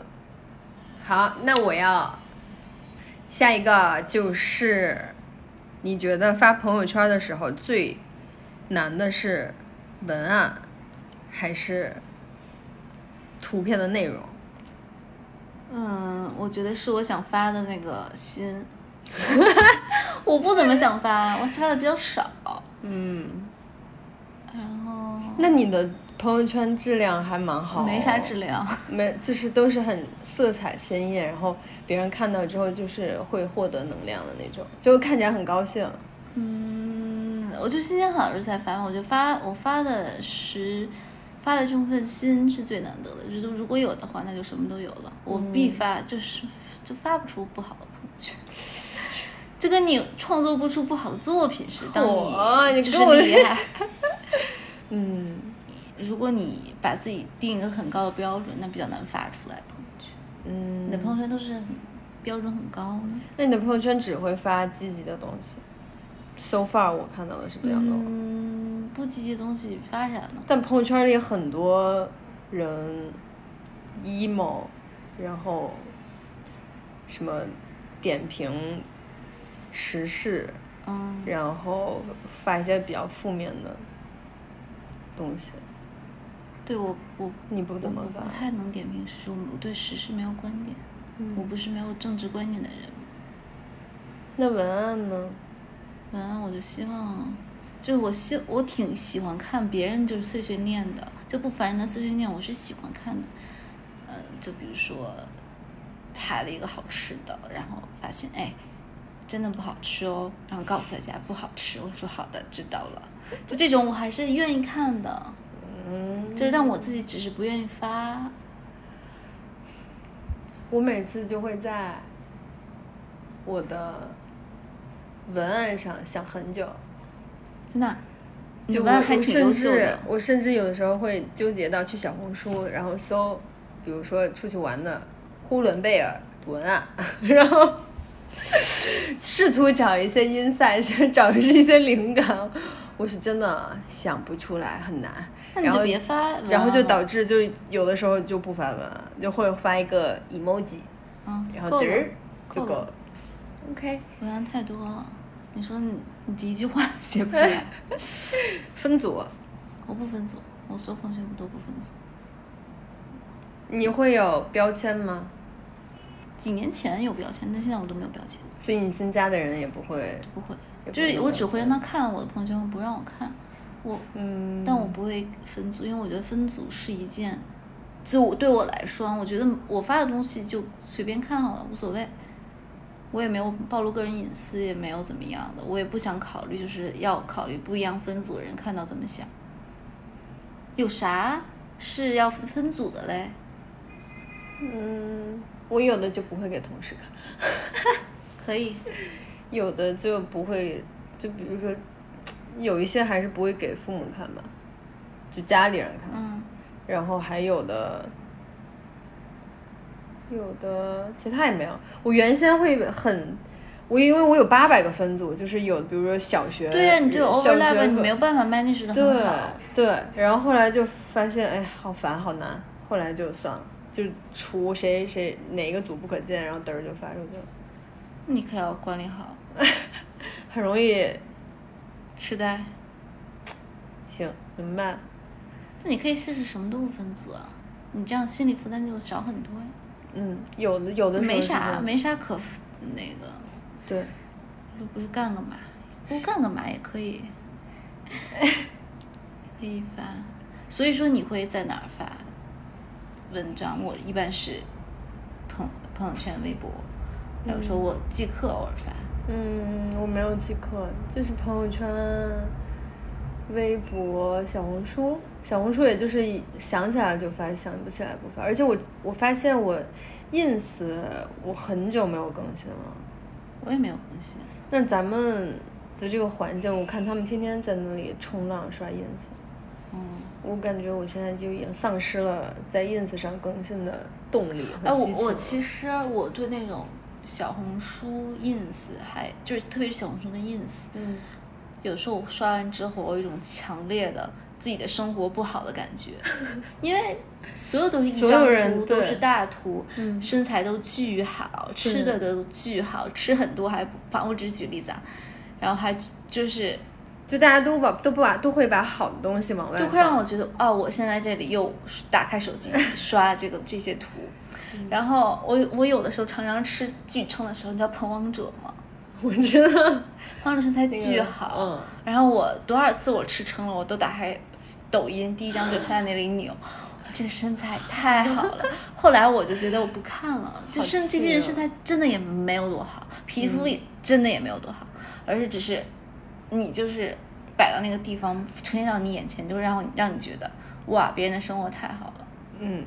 Speaker 1: 好，那我要下一个就是，你觉得发朋友圈的时候最难的是文案还是图片的内容？
Speaker 2: 嗯，我觉得是我想发的那个心， 我不怎么想发，我发的比较少。
Speaker 1: 嗯，
Speaker 2: 然后
Speaker 1: 那你的朋友圈质量还蛮好，哦
Speaker 2: 没啥质，量。
Speaker 1: 没就是都是很色彩鲜艳，然后别人看到之后就是会获得能量的那种，就看起来很高兴。
Speaker 2: 嗯，我就心情好的时候才发，我就发我发的是发的这份心是最难得的，就是如果有的话，那就什么都有了。我必
Speaker 1: 嗯
Speaker 2: 发，就是就发不出不好的朋友圈。就跟你创作不出不好的作品似的，当
Speaker 1: 哇你
Speaker 2: 就
Speaker 1: 跟我
Speaker 2: 是厉害。
Speaker 1: 嗯
Speaker 2: 如果你把自己定一个很高的标准，那比较难发出来朋友圈。
Speaker 1: 嗯，
Speaker 2: 你的朋友圈都是很标准很高的。
Speaker 1: 那你的朋友圈只会发积极的东西，so far 我看到的是这样的。哦
Speaker 2: 嗯，不积极的东西发展了。
Speaker 1: 但朋友圈里很多人 emo，然后什么点评时事，
Speaker 2: 嗯，
Speaker 1: 然后发一些比较负面的东西，
Speaker 2: 对我我
Speaker 1: 你不怎么
Speaker 2: 我不
Speaker 1: 发
Speaker 2: 不？太能点评时事，我我对时事没有观点，
Speaker 1: 嗯
Speaker 2: 我不是没有政治观点的人。
Speaker 1: 那文案呢？
Speaker 2: 文案我就希望，就是我希我挺喜欢看别人就是碎碎念的，就不烦人的碎碎念，我是喜欢看的。嗯、就比如说拍了一个好吃的，然后发现哎，真的不好吃哦，然后告诉大家不好吃，我说好的，知道了。就这种我还是愿意看的，
Speaker 1: 嗯，
Speaker 2: 就是但我自己只是不愿意发。
Speaker 1: 我每次就会在我的文案上想很久，
Speaker 2: 真的，你
Speaker 1: 就
Speaker 2: 文案
Speaker 1: 我
Speaker 2: 还
Speaker 1: 我
Speaker 2: 挺
Speaker 1: 甚
Speaker 2: 优秀
Speaker 1: 至
Speaker 2: 的。
Speaker 1: 我甚至有的时候会纠结到去小红书，然后搜，比如说出去玩的呼伦贝尔文案， 然后试图找一些 insight，找 一些灵感，我是真的想不出来，很难。
Speaker 2: 那你
Speaker 1: 然
Speaker 2: 就
Speaker 1: 后
Speaker 2: 别发文案了，啊
Speaker 1: 然后就导致就有的时候就不发文案，就会发一个 emoji，
Speaker 2: 嗯，
Speaker 1: 然后
Speaker 2: 够
Speaker 1: 嘚
Speaker 2: 了
Speaker 1: 儿就够
Speaker 2: 够了
Speaker 1: 了。OK，
Speaker 2: 文案太多了，你说你你一句话写不出
Speaker 1: 哎
Speaker 2: 来，
Speaker 1: 分组，
Speaker 2: 我不分组，我所有朋友圈我都不分组。
Speaker 1: 你会有标签吗？
Speaker 2: 几年前有标签，但现在我都没有标签，
Speaker 1: 所以你新加的人也不会，
Speaker 2: 不会，
Speaker 1: 也
Speaker 2: 就是
Speaker 1: 不
Speaker 2: 我
Speaker 1: 会
Speaker 2: 只会
Speaker 1: 有
Speaker 2: 让他看我的朋友圈，我不让我看，我，
Speaker 1: 嗯，
Speaker 2: 但我不会分组，因为我觉得分组是一件，就我对我来说，啊我觉得我发的东西就随便看好了，无所谓。我也没有暴露个人隐私，也没有怎么样的，我也不想考虑，就是要考虑不一样分组的人看到怎么想。有啥是要分分组的嘞？
Speaker 1: 嗯，我有的就不会给同事看，
Speaker 2: 可以，
Speaker 1: 有的就不会，就比如说，有一些还是不会给父母看吧，就家里人看，
Speaker 2: 嗯，
Speaker 1: 然后还有的，有的其他也没有。我原先会很，我因为我有八百个分组，就是有比如说小学，
Speaker 2: 对呀、你这
Speaker 1: 小
Speaker 2: overlap
Speaker 1: 学
Speaker 2: 你
Speaker 1: 和
Speaker 2: 没有办法 manage 的很好。
Speaker 1: 对对，然后后来就发现，哎，好烦，好难。后来就算了，就除谁谁哪个组不可见，然后嘚儿就发出去了，
Speaker 2: 你可要管理好，
Speaker 1: 很容易。
Speaker 2: 痴呆。
Speaker 1: 行，明白了。
Speaker 2: 那你可以试试什么都不分组啊，你这样心理负担就少很多呀。
Speaker 1: 嗯，有的有的时候
Speaker 2: 没
Speaker 1: 是这
Speaker 2: 啥，
Speaker 1: 样
Speaker 2: 没啥可那个，
Speaker 1: 对，
Speaker 2: 又不是干个嘛，不干个嘛也可以， 可以发。所以说你会在哪儿发文章？我一般是朋朋友圈、微博，还有说我即刻偶尔发。
Speaker 1: 嗯，我没有即刻，就是朋友圈、微博、小红书。小红书也就是一想起来就发，想不起来不发。而且我我发现我 ins 我很久没有更新了。
Speaker 2: 我也没有更新。
Speaker 1: 但咱们的这个环境，我看他们天天在那里冲浪刷 ins，
Speaker 2: 嗯，
Speaker 1: 我感觉我现在就已经丧失了在 ins 上更新的动力
Speaker 2: 哎，
Speaker 1: 和
Speaker 2: 我
Speaker 1: 激情
Speaker 2: 我
Speaker 1: 了
Speaker 2: 其实我对那种小红书 ins 还就是特别是小红书的 ins，
Speaker 1: 嗯，
Speaker 2: 有时候我刷完之后，我有一种强烈的自己的生活不好的感 觉，因为所有都是一
Speaker 1: 所
Speaker 2: 张
Speaker 1: 有人
Speaker 2: 图，都
Speaker 1: 对
Speaker 2: 是大图，
Speaker 1: 嗯
Speaker 2: 身材都巨好，吃的都巨好，吃很多还不胖。我只是举例子啊，然后还就是
Speaker 1: 就大家都把都不把都会把好的东西往外
Speaker 2: 就
Speaker 1: 放，
Speaker 2: 会让我觉得，哦，我现在这里又打开 手机刷这个这些图，
Speaker 1: 嗯
Speaker 2: 然后我我有的时候常常吃巨撑的时候，你知道彭王者吗？
Speaker 1: 我 真的
Speaker 2: 彭王者身材
Speaker 1: 那个
Speaker 2: 巨好，
Speaker 1: 嗯
Speaker 2: 然后我多少次我吃撑了，我都打开抖音第一张就看在那里扭。哇这个身材太好 了，后来我就觉得我不看了，就
Speaker 1: 好
Speaker 2: 是这
Speaker 1: 气
Speaker 2: 些
Speaker 1: 哦
Speaker 2: 人身材真的也没有多好，皮肤也真的也没有多好，而是只是你就是摆到那个地方呈现到你眼前，就让让你觉得哇，别人的生活太好了
Speaker 1: 嗯，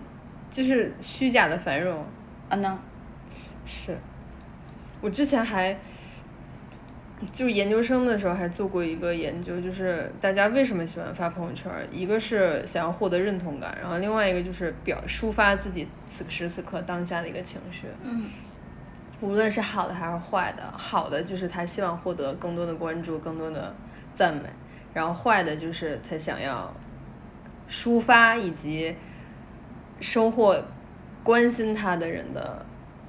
Speaker 1: 就是虚假的繁荣。
Speaker 2: 啊那
Speaker 1: 是，我之前还就研究生的时候还做过一个研究，就是大家为什么喜欢发朋友圈儿，一个是想要获得认同感，然后另外一个就是表抒发自己此时此刻当下的一个情绪，
Speaker 2: 嗯
Speaker 1: 无论是好的还是坏的，好的就是他希望获得更多的关注，更多的赞美，然后坏的就是他想要抒发以及收获关心他的人的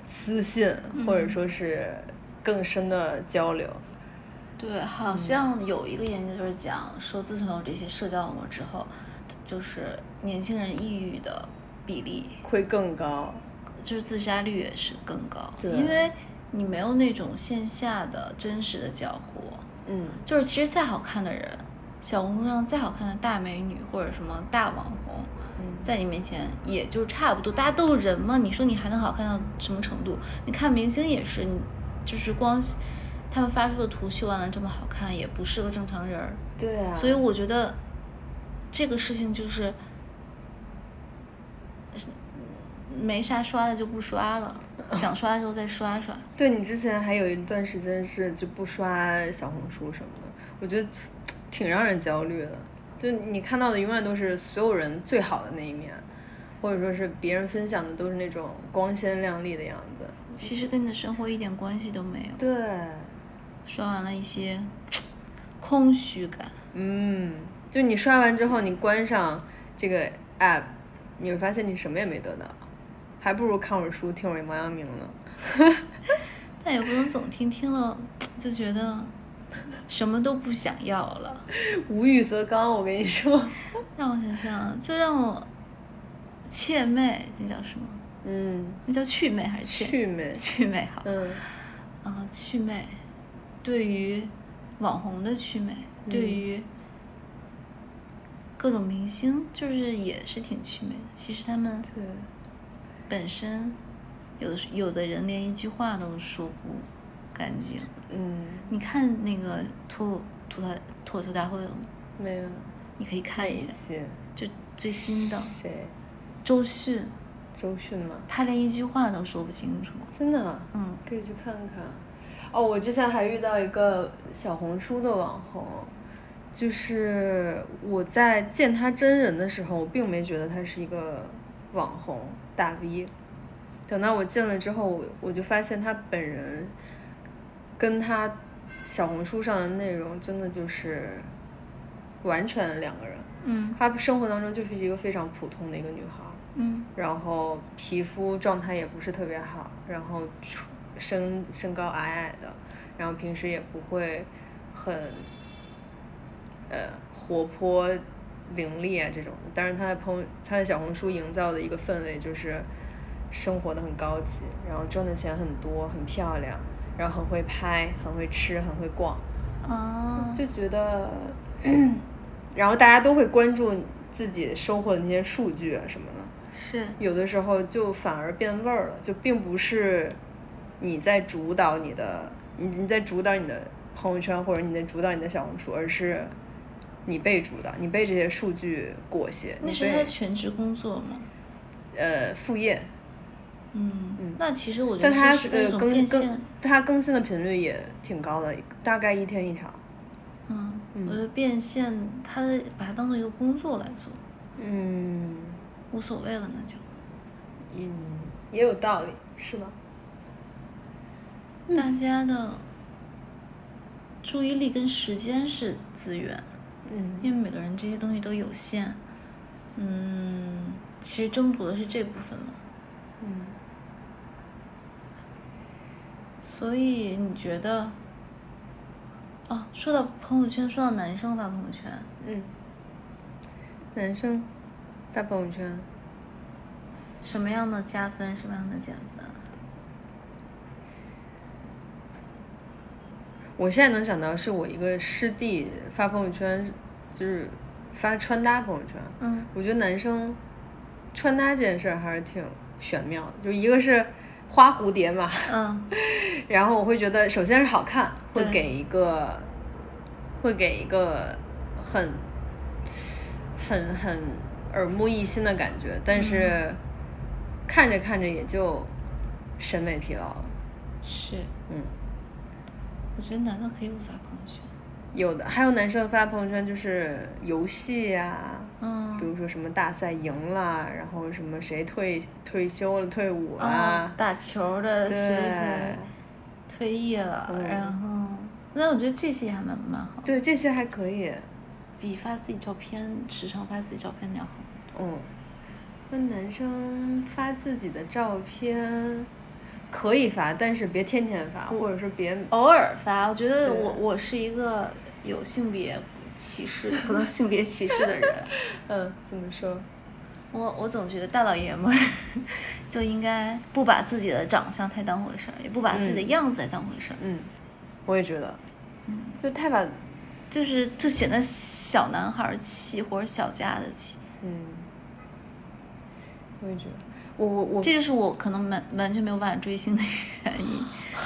Speaker 1: 私信，或
Speaker 2: 嗯
Speaker 1: 者说是更深的交流。
Speaker 2: 对，好像有一个研究就是讲说，自从有这些社交网络之后，就是年轻人抑郁的比例，
Speaker 1: 会更高，
Speaker 2: 就是自杀率也是更高，
Speaker 1: 对
Speaker 2: 因为你没有那种线下的真实的交互。
Speaker 1: 嗯，
Speaker 2: 就是其实再好看的人，小红书上再好看的大美女或者什么大网红，在你面前也就差不多，大家都是人嘛，你说你还能好看到什么程度？你看明星也是，你就是光他们发出的图秀完了这么好看，也不是个正常人儿。
Speaker 1: 对啊，
Speaker 2: 所以我觉得这个事情就是是没啥刷的就不刷了，想刷的时候再刷刷。
Speaker 1: 对你之前还有一段时间是就不刷小红书什么的，我觉得挺让人焦虑的。就你看到的永远都是所有人最好的那一面，或者说是别人分享的都是那种光鲜亮丽的样子。
Speaker 2: 其实跟你的生活一点关系都没有，
Speaker 1: 对，
Speaker 2: 刷完了一些空虚感。
Speaker 1: 嗯，就你刷完之后，你关上这个 app，你会发现你什么也没得到，还不如看会儿书，听会儿王阳明呢。
Speaker 2: 但也不能总听听了就觉得什么都不想要了。
Speaker 1: 无欲则刚，我跟你说，
Speaker 2: 让我想想，就让我怯妹，这叫什么？
Speaker 1: 嗯，
Speaker 2: 那叫祛魅还是怯？
Speaker 1: 趣味，
Speaker 2: 祛魅好。
Speaker 1: 嗯
Speaker 2: 啊，祛魅，对于网红的祛魅，对
Speaker 1: 嗯
Speaker 2: 于各种明星，就是也是挺祛魅的。其实他们
Speaker 1: 对。
Speaker 2: 本身有的时有的人连一句话都说不干净。
Speaker 1: 嗯，
Speaker 2: 你看那个脱脱口脱口秀大会了吗？
Speaker 1: 没有。
Speaker 2: 你可以看一
Speaker 1: 一
Speaker 2: 下，
Speaker 1: 期
Speaker 2: 就最新的
Speaker 1: 谁？
Speaker 2: 周迅，
Speaker 1: 周迅吗？
Speaker 2: 她连一句话都说不清楚。
Speaker 1: 真的啊？
Speaker 2: 嗯，
Speaker 1: 可以去看看。哦，我之前还遇到一个小红书的网红，就是我在见他真人的时候，我并没觉得他是一个网红大 V。等到我见了之后，我我就发现他本人跟他小红书上的内容真的就是完全两个人。
Speaker 2: 嗯
Speaker 1: 她生活当中就是一个非常普通的一个女孩儿，
Speaker 2: 嗯
Speaker 1: 然后皮肤状态也不是特别好，然后出身身高矮矮的，然后平时也不会很呃活泼伶俐啊这种。但是她的朋友，她的小红书营造的一个氛围就是生活的很高级，然后赚的钱很多，很漂亮，然后很会拍，很会吃，很会逛。
Speaker 2: 啊，
Speaker 1: 就觉得， 然后大家都会关注自己收获的那些数据啊什么的，
Speaker 2: 是
Speaker 1: 有的时候就反而变味儿了，就并不是你在主导你的你你在主导你的朋友圈，或者你在主导你的小红书，而是你被主导，你被这些数据裹挟。
Speaker 2: 那
Speaker 1: 你
Speaker 2: 是
Speaker 1: 被
Speaker 2: 他全职工作吗？
Speaker 1: 呃副业，
Speaker 2: 嗯，那其实我觉
Speaker 1: 但
Speaker 2: 得
Speaker 1: 它
Speaker 2: 是是
Speaker 1: 呃
Speaker 2: 一种
Speaker 1: 更
Speaker 2: 变
Speaker 1: 更
Speaker 2: 现。
Speaker 1: 它更新的频率也挺高的，大概一天一条。
Speaker 2: 嗯，我觉得变现，他把它当做一个工作来做，
Speaker 1: 嗯，
Speaker 2: 无所谓了，那就。
Speaker 1: 嗯，也有道理，是吧？嗯
Speaker 2: 大家的注意力跟时间是资源，
Speaker 1: 嗯
Speaker 2: 因为每个人这些东西都有限。嗯，其实争夺的是这部分嘛。
Speaker 1: 嗯，
Speaker 2: 所以你觉得？哦，说到朋友圈，说到男生发朋友圈，
Speaker 1: 嗯，男生发朋友圈，
Speaker 2: 什么样的加分，什么样的减分？
Speaker 1: 我现在能想到是我一个师弟发朋友圈，就是发穿搭朋友圈。
Speaker 2: 嗯
Speaker 1: 我觉得男生穿搭这件事儿还是挺玄妙的，就一个是花蝴蝶嘛，
Speaker 2: 嗯
Speaker 1: 然后我会觉得，首先是好看，会
Speaker 2: 对
Speaker 1: 给一个，会给一个很，很很耳目一新的感觉，但是
Speaker 2: 嗯
Speaker 1: 看着看着也就审美疲劳了。
Speaker 2: 是，
Speaker 1: 嗯，
Speaker 2: 我觉得男的可以不发朋友圈。
Speaker 1: 有的还有男生发朋友圈就是游戏呀、
Speaker 2: 嗯，
Speaker 1: 比如说什么大赛赢了，然后什么谁退退休了、退伍了，
Speaker 2: 啊，打球的谁谁
Speaker 1: 对，
Speaker 2: 退役了，
Speaker 1: 嗯
Speaker 2: 然后，那我觉得这些还蛮蛮好，
Speaker 1: 对这些还可以。
Speaker 2: 比发自己照片时常发自己照片的要好很多。
Speaker 1: 嗯，那男生发自己的照片可以发，但是别天天发，或者是别
Speaker 2: 偶尔发，我觉得
Speaker 1: 对
Speaker 2: 我我是一个有性别歧视，可能性别歧视 的人，
Speaker 1: 嗯怎么说？
Speaker 2: 我我总觉得大老爷们儿 就应该不把自己的长相太当回事儿，也不把自己的
Speaker 1: 嗯
Speaker 2: 样子太当回事儿，
Speaker 1: 嗯，我也觉得，就太把
Speaker 2: 就是就显得小男孩儿气或者小家子气。
Speaker 1: 嗯，我也觉得，我我我
Speaker 2: 这就是我可能完完全没有办法追星的原因，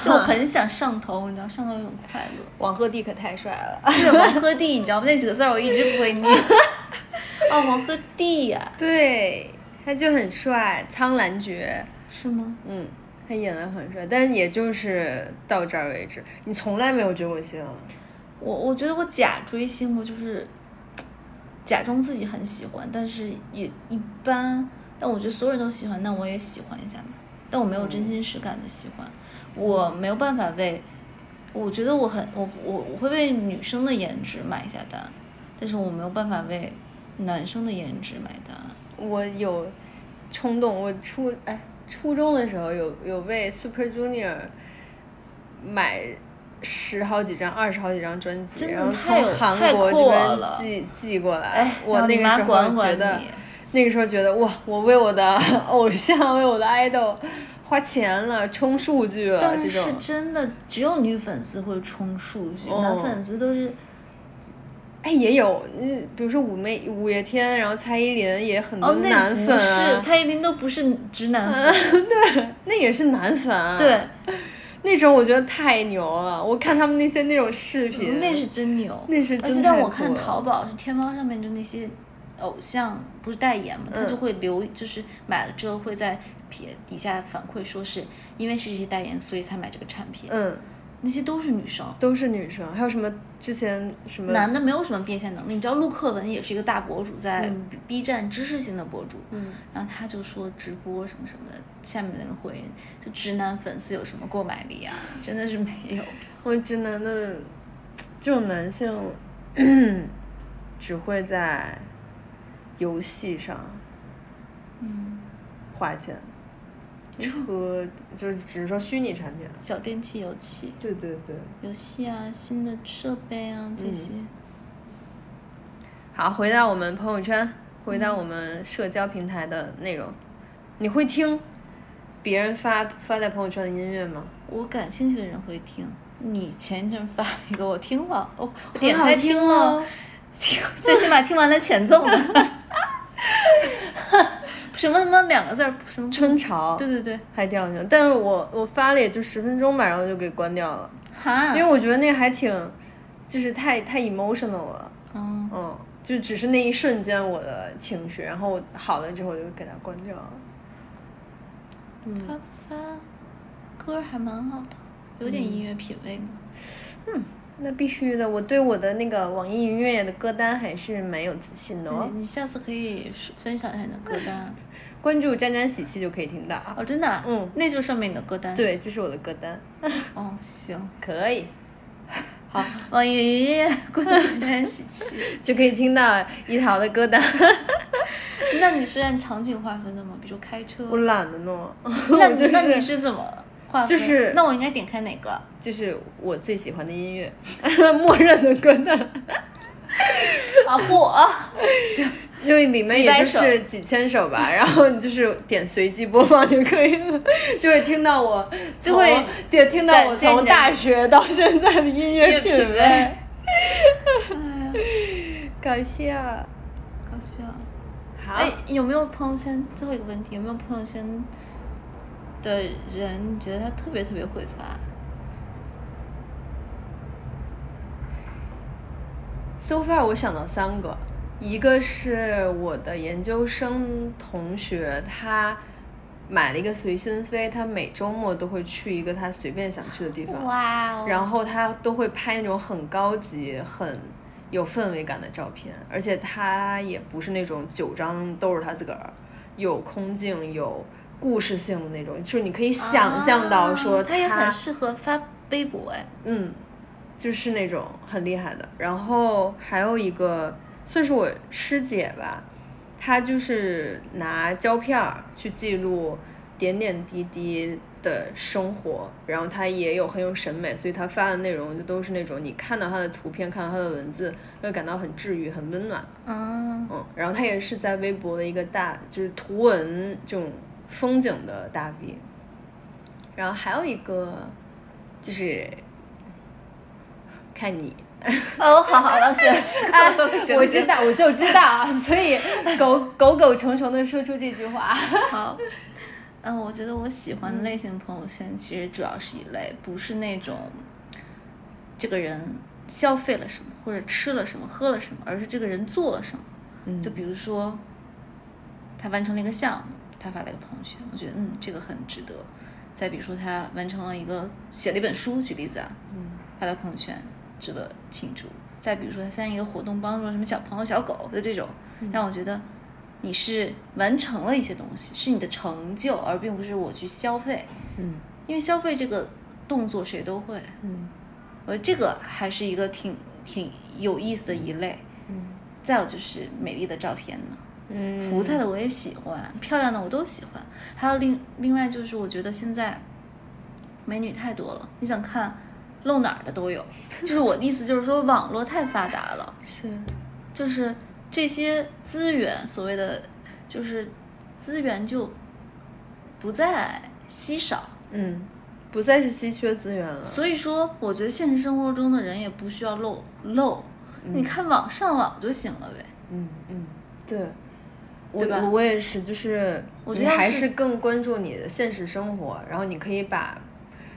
Speaker 2: 就我很想上头，你知道，上头有种快乐。
Speaker 1: 王鹤棣可太帅了，
Speaker 2: 那个王鹤棣，你知道吗？那几个字儿我一直不会念。哦，王鹤棣呀、
Speaker 1: 对，他就很帅，苍兰诀，
Speaker 2: 是吗？
Speaker 1: 嗯。他演的很帅，但是也就是到这儿为止。你从来没有追过星啊，
Speaker 2: 我我觉得我假追星，我就是假装自己很喜欢，但是也一般。但我觉得所有人都喜欢，那我也喜欢一下嘛。但我没有
Speaker 1: 嗯
Speaker 2: 真心实感的喜欢，我没有办法为，我觉得我很我我我会为女生的颜值买下单，但是我没有办法为男生的颜值买单。
Speaker 1: 我有冲动，我初哎初中的时候有有为 Super Junior 买十好几张、二十好几张专辑，
Speaker 2: 真的
Speaker 1: 然后
Speaker 2: 太
Speaker 1: 从
Speaker 2: 有
Speaker 1: 韩国这
Speaker 2: 太阔
Speaker 1: 边
Speaker 2: 了
Speaker 1: 寄寄过来。
Speaker 2: 哎，
Speaker 1: 我
Speaker 2: 让你
Speaker 1: 那个
Speaker 2: 妈
Speaker 1: 时候
Speaker 2: 管管
Speaker 1: 觉得
Speaker 2: 你，
Speaker 1: 那个时候觉得哇，我为我的 偶像、为我的 idol 花钱了、冲数据了，
Speaker 2: 但
Speaker 1: 这
Speaker 2: 是
Speaker 1: 种
Speaker 2: 是真的，只有女粉丝会冲数据，
Speaker 1: 哦
Speaker 2: 男粉丝都是。
Speaker 1: 哎也有，嗯，比如说五妹、五月天，然后蔡依林也很多
Speaker 2: 哦，那
Speaker 1: 男
Speaker 2: 不
Speaker 1: 粉
Speaker 2: 是
Speaker 1: 啊，
Speaker 2: 蔡依林都不是直男粉，啊
Speaker 1: 那也是男粉啊。
Speaker 2: 对，
Speaker 1: 那时候我觉得太牛了，我看他们那些那种视频，
Speaker 2: 嗯那是真牛。
Speaker 1: 那是
Speaker 2: 而
Speaker 1: 真太
Speaker 2: 且但
Speaker 1: 酷
Speaker 2: 我看
Speaker 1: 了
Speaker 2: 淘宝是天猫上面就那些偶像不是代言嘛，他
Speaker 1: 嗯
Speaker 2: 就会留，就是买了之后会在撇底下反馈说是因为是这些代言，所以才买这个产品。
Speaker 1: 嗯，
Speaker 2: 那些都是女生，
Speaker 1: 都是女生，还有什么之前什么
Speaker 2: 男的没有什么变现能力。你知道陆克文也是一个大博主，在
Speaker 1: 嗯
Speaker 2: B- B 站知识型的博主，
Speaker 1: 嗯
Speaker 2: 然后他就说直播什么什么的，下面的人回应就直男粉丝有什么购买力啊？真的是没有。
Speaker 1: 我直男的这种男性，只会在游戏上
Speaker 2: 嗯，
Speaker 1: 花钱，车就是只是说虚拟产品啊，
Speaker 2: 小电器、油器、
Speaker 1: 对对对，
Speaker 2: 游戏啊、新的设备啊这些。
Speaker 1: 嗯好，回到我们朋友圈，回
Speaker 2: 嗯
Speaker 1: 到我们社交平台的内容，你会听别人发发在朋友圈的音乐吗？
Speaker 2: 我感兴趣的人会听。你前一阵发了一个，我听了，哦我、我
Speaker 1: 很
Speaker 2: 点
Speaker 1: 好
Speaker 2: 开
Speaker 1: 听
Speaker 2: 了
Speaker 1: 哦，
Speaker 2: 听 最起码听完了前奏 的。什么什么两个字儿，什么
Speaker 1: 春潮，
Speaker 2: 对对对，
Speaker 1: 还挺好听，但是我我发了也就十分钟吧，然后就给关掉了。
Speaker 2: 哈，
Speaker 1: 因为我觉得那个还挺，就是太太 emotional 了，
Speaker 2: 嗯，
Speaker 1: 嗯，就只是那一瞬间我的情绪，然后好了之后我就给它关掉了。嗯
Speaker 2: 他发歌还蛮好的，有点音乐品味呢。
Speaker 1: 那必须的，我对我的那个网易云音乐的歌单还是蛮有自信的哦。
Speaker 2: 你你下次可以说分享一下你的歌单。
Speaker 1: 关注沾沾喜气就可以听到啊。
Speaker 2: 哦，真的、啊？
Speaker 1: 嗯
Speaker 2: 那就上面你的歌单。。
Speaker 1: 对，这是我的歌单，
Speaker 2: 哦，行，
Speaker 1: 可以，
Speaker 2: 好，网易云音乐过得真然喜气。
Speaker 1: 就可以听到一桃的歌单。
Speaker 2: 那你是按场景划分的吗？比如开车。
Speaker 1: 我懒得弄，
Speaker 2: 那
Speaker 1: 我就
Speaker 2: 那你
Speaker 1: 是
Speaker 2: 是怎么划分？
Speaker 1: 就是
Speaker 2: 那我应该点开哪个？啊
Speaker 1: 就是我最喜欢的音乐， 默认的歌单，
Speaker 2: 啊，我。行。
Speaker 1: 因为里面
Speaker 2: 几
Speaker 1: 也
Speaker 2: 百
Speaker 1: 就
Speaker 2: 首
Speaker 1: 是几千首吧， 然后你就是点随机播放就可以 了，就会听到我
Speaker 2: 就会
Speaker 1: 从对听到我
Speaker 2: 展现你
Speaker 1: 从
Speaker 2: 的
Speaker 1: 大学到现在的音乐
Speaker 2: 乐
Speaker 1: 品
Speaker 2: 品味
Speaker 1: 味，搞笑。
Speaker 2: 搞笑。
Speaker 1: 好
Speaker 2: 哎，有没有朋友圈？最后一个问题，有没有朋友圈的人你觉得他特别特别会发？
Speaker 1: so far 我想到三个，一个是我的研究生同学，他买了一个随心飞，他每周末都会去一个他随便想去的地方，
Speaker 2: 哇哦！
Speaker 1: 然后他都会拍那种很高级、很有氛围感的照片，而且他也不是那种九张都是他自个儿，有空镜有。故事性的那种，就是你可以想象到说
Speaker 2: 啊他也很适合发微博哎。
Speaker 1: 嗯，就是那种很厉害的。然后还有一个算是我师姐吧，她就是拿胶片儿去记录点点滴滴的生活，然后她也有很有审美，所以她发的内容就都是那种你看到她的图片，看到她的文字，会感到很治愈、很温暖。
Speaker 2: 嗯，
Speaker 1: 嗯，然后她也是在微博的一个大，就是图文这种风景的大 V。然后还有一个就是看你，
Speaker 2: 哦，好好 老师，
Speaker 1: 啊
Speaker 2: 行
Speaker 1: 我知道，我就知 道，所以狗狗狗诚诚的说出这句话。
Speaker 2: 好。 嗯，我觉得我喜欢的类型的朋友圈其实主要是一类，不是那种这个人消费了什么，或者吃了什么、喝了什么，而是这个人做了什么。
Speaker 1: 嗯
Speaker 2: 就比如说，他完成了一个项目，他发了一个朋友圈，我觉得嗯，这个很值得。再比如说，他完成了一个写了一本书，举例子啊，
Speaker 1: 嗯
Speaker 2: 发了朋友圈，值得庆祝。再比如说，他参加一个活动，帮助了什么小朋友、小狗的这种，让我觉得你是完成了一些东西，是你的成就，而并不是我去消费。
Speaker 1: 嗯
Speaker 2: 因为消费这个动作谁都会，
Speaker 1: 嗯
Speaker 2: 我觉得这个还是一个挺挺有意思的一类。
Speaker 1: 嗯
Speaker 2: 再有就是美丽的照片嘛，
Speaker 1: 嗯
Speaker 2: 菩萨的我也喜欢，漂亮的我都喜欢。还有另另外就是，我觉得现在美女太多了，你想看露哪儿的都有。就是我的意思就是说，网络太发达了，
Speaker 1: 是
Speaker 2: 就是这些资源，所谓的就是资源就不再稀少。
Speaker 1: 嗯，不再是稀缺资源了。
Speaker 2: 所以说，我觉得现实生活中的人也不需要露露，你看网上网就行了呗。
Speaker 1: 嗯嗯，对，我
Speaker 2: 对吧
Speaker 1: 我我也是，就是
Speaker 2: 我觉
Speaker 1: 你
Speaker 2: 得要
Speaker 1: 还
Speaker 2: 是
Speaker 1: 是更关注你的现实生活，然后你可以把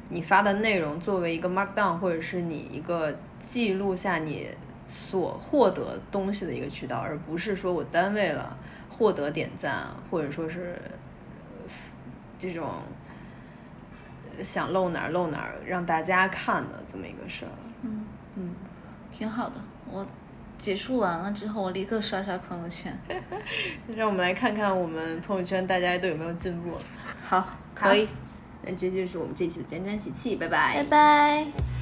Speaker 1: 你发的内容作为一个 markdown，或者是你一个记录下你所获得东西的一个渠道，而不是说我单为了获得点赞，啊或者说是呃这种想露哪儿露哪儿让大家看的这么一个事儿。
Speaker 2: 嗯，
Speaker 1: 嗯，
Speaker 2: 挺好的。我结束完了之后，我立刻刷刷朋友圈。
Speaker 1: 让我们来看看我们朋友圈大家都有没有进步。
Speaker 2: 好，可以，
Speaker 1: 那这就是我们这期的沾沾喜气，拜拜，
Speaker 2: 拜拜。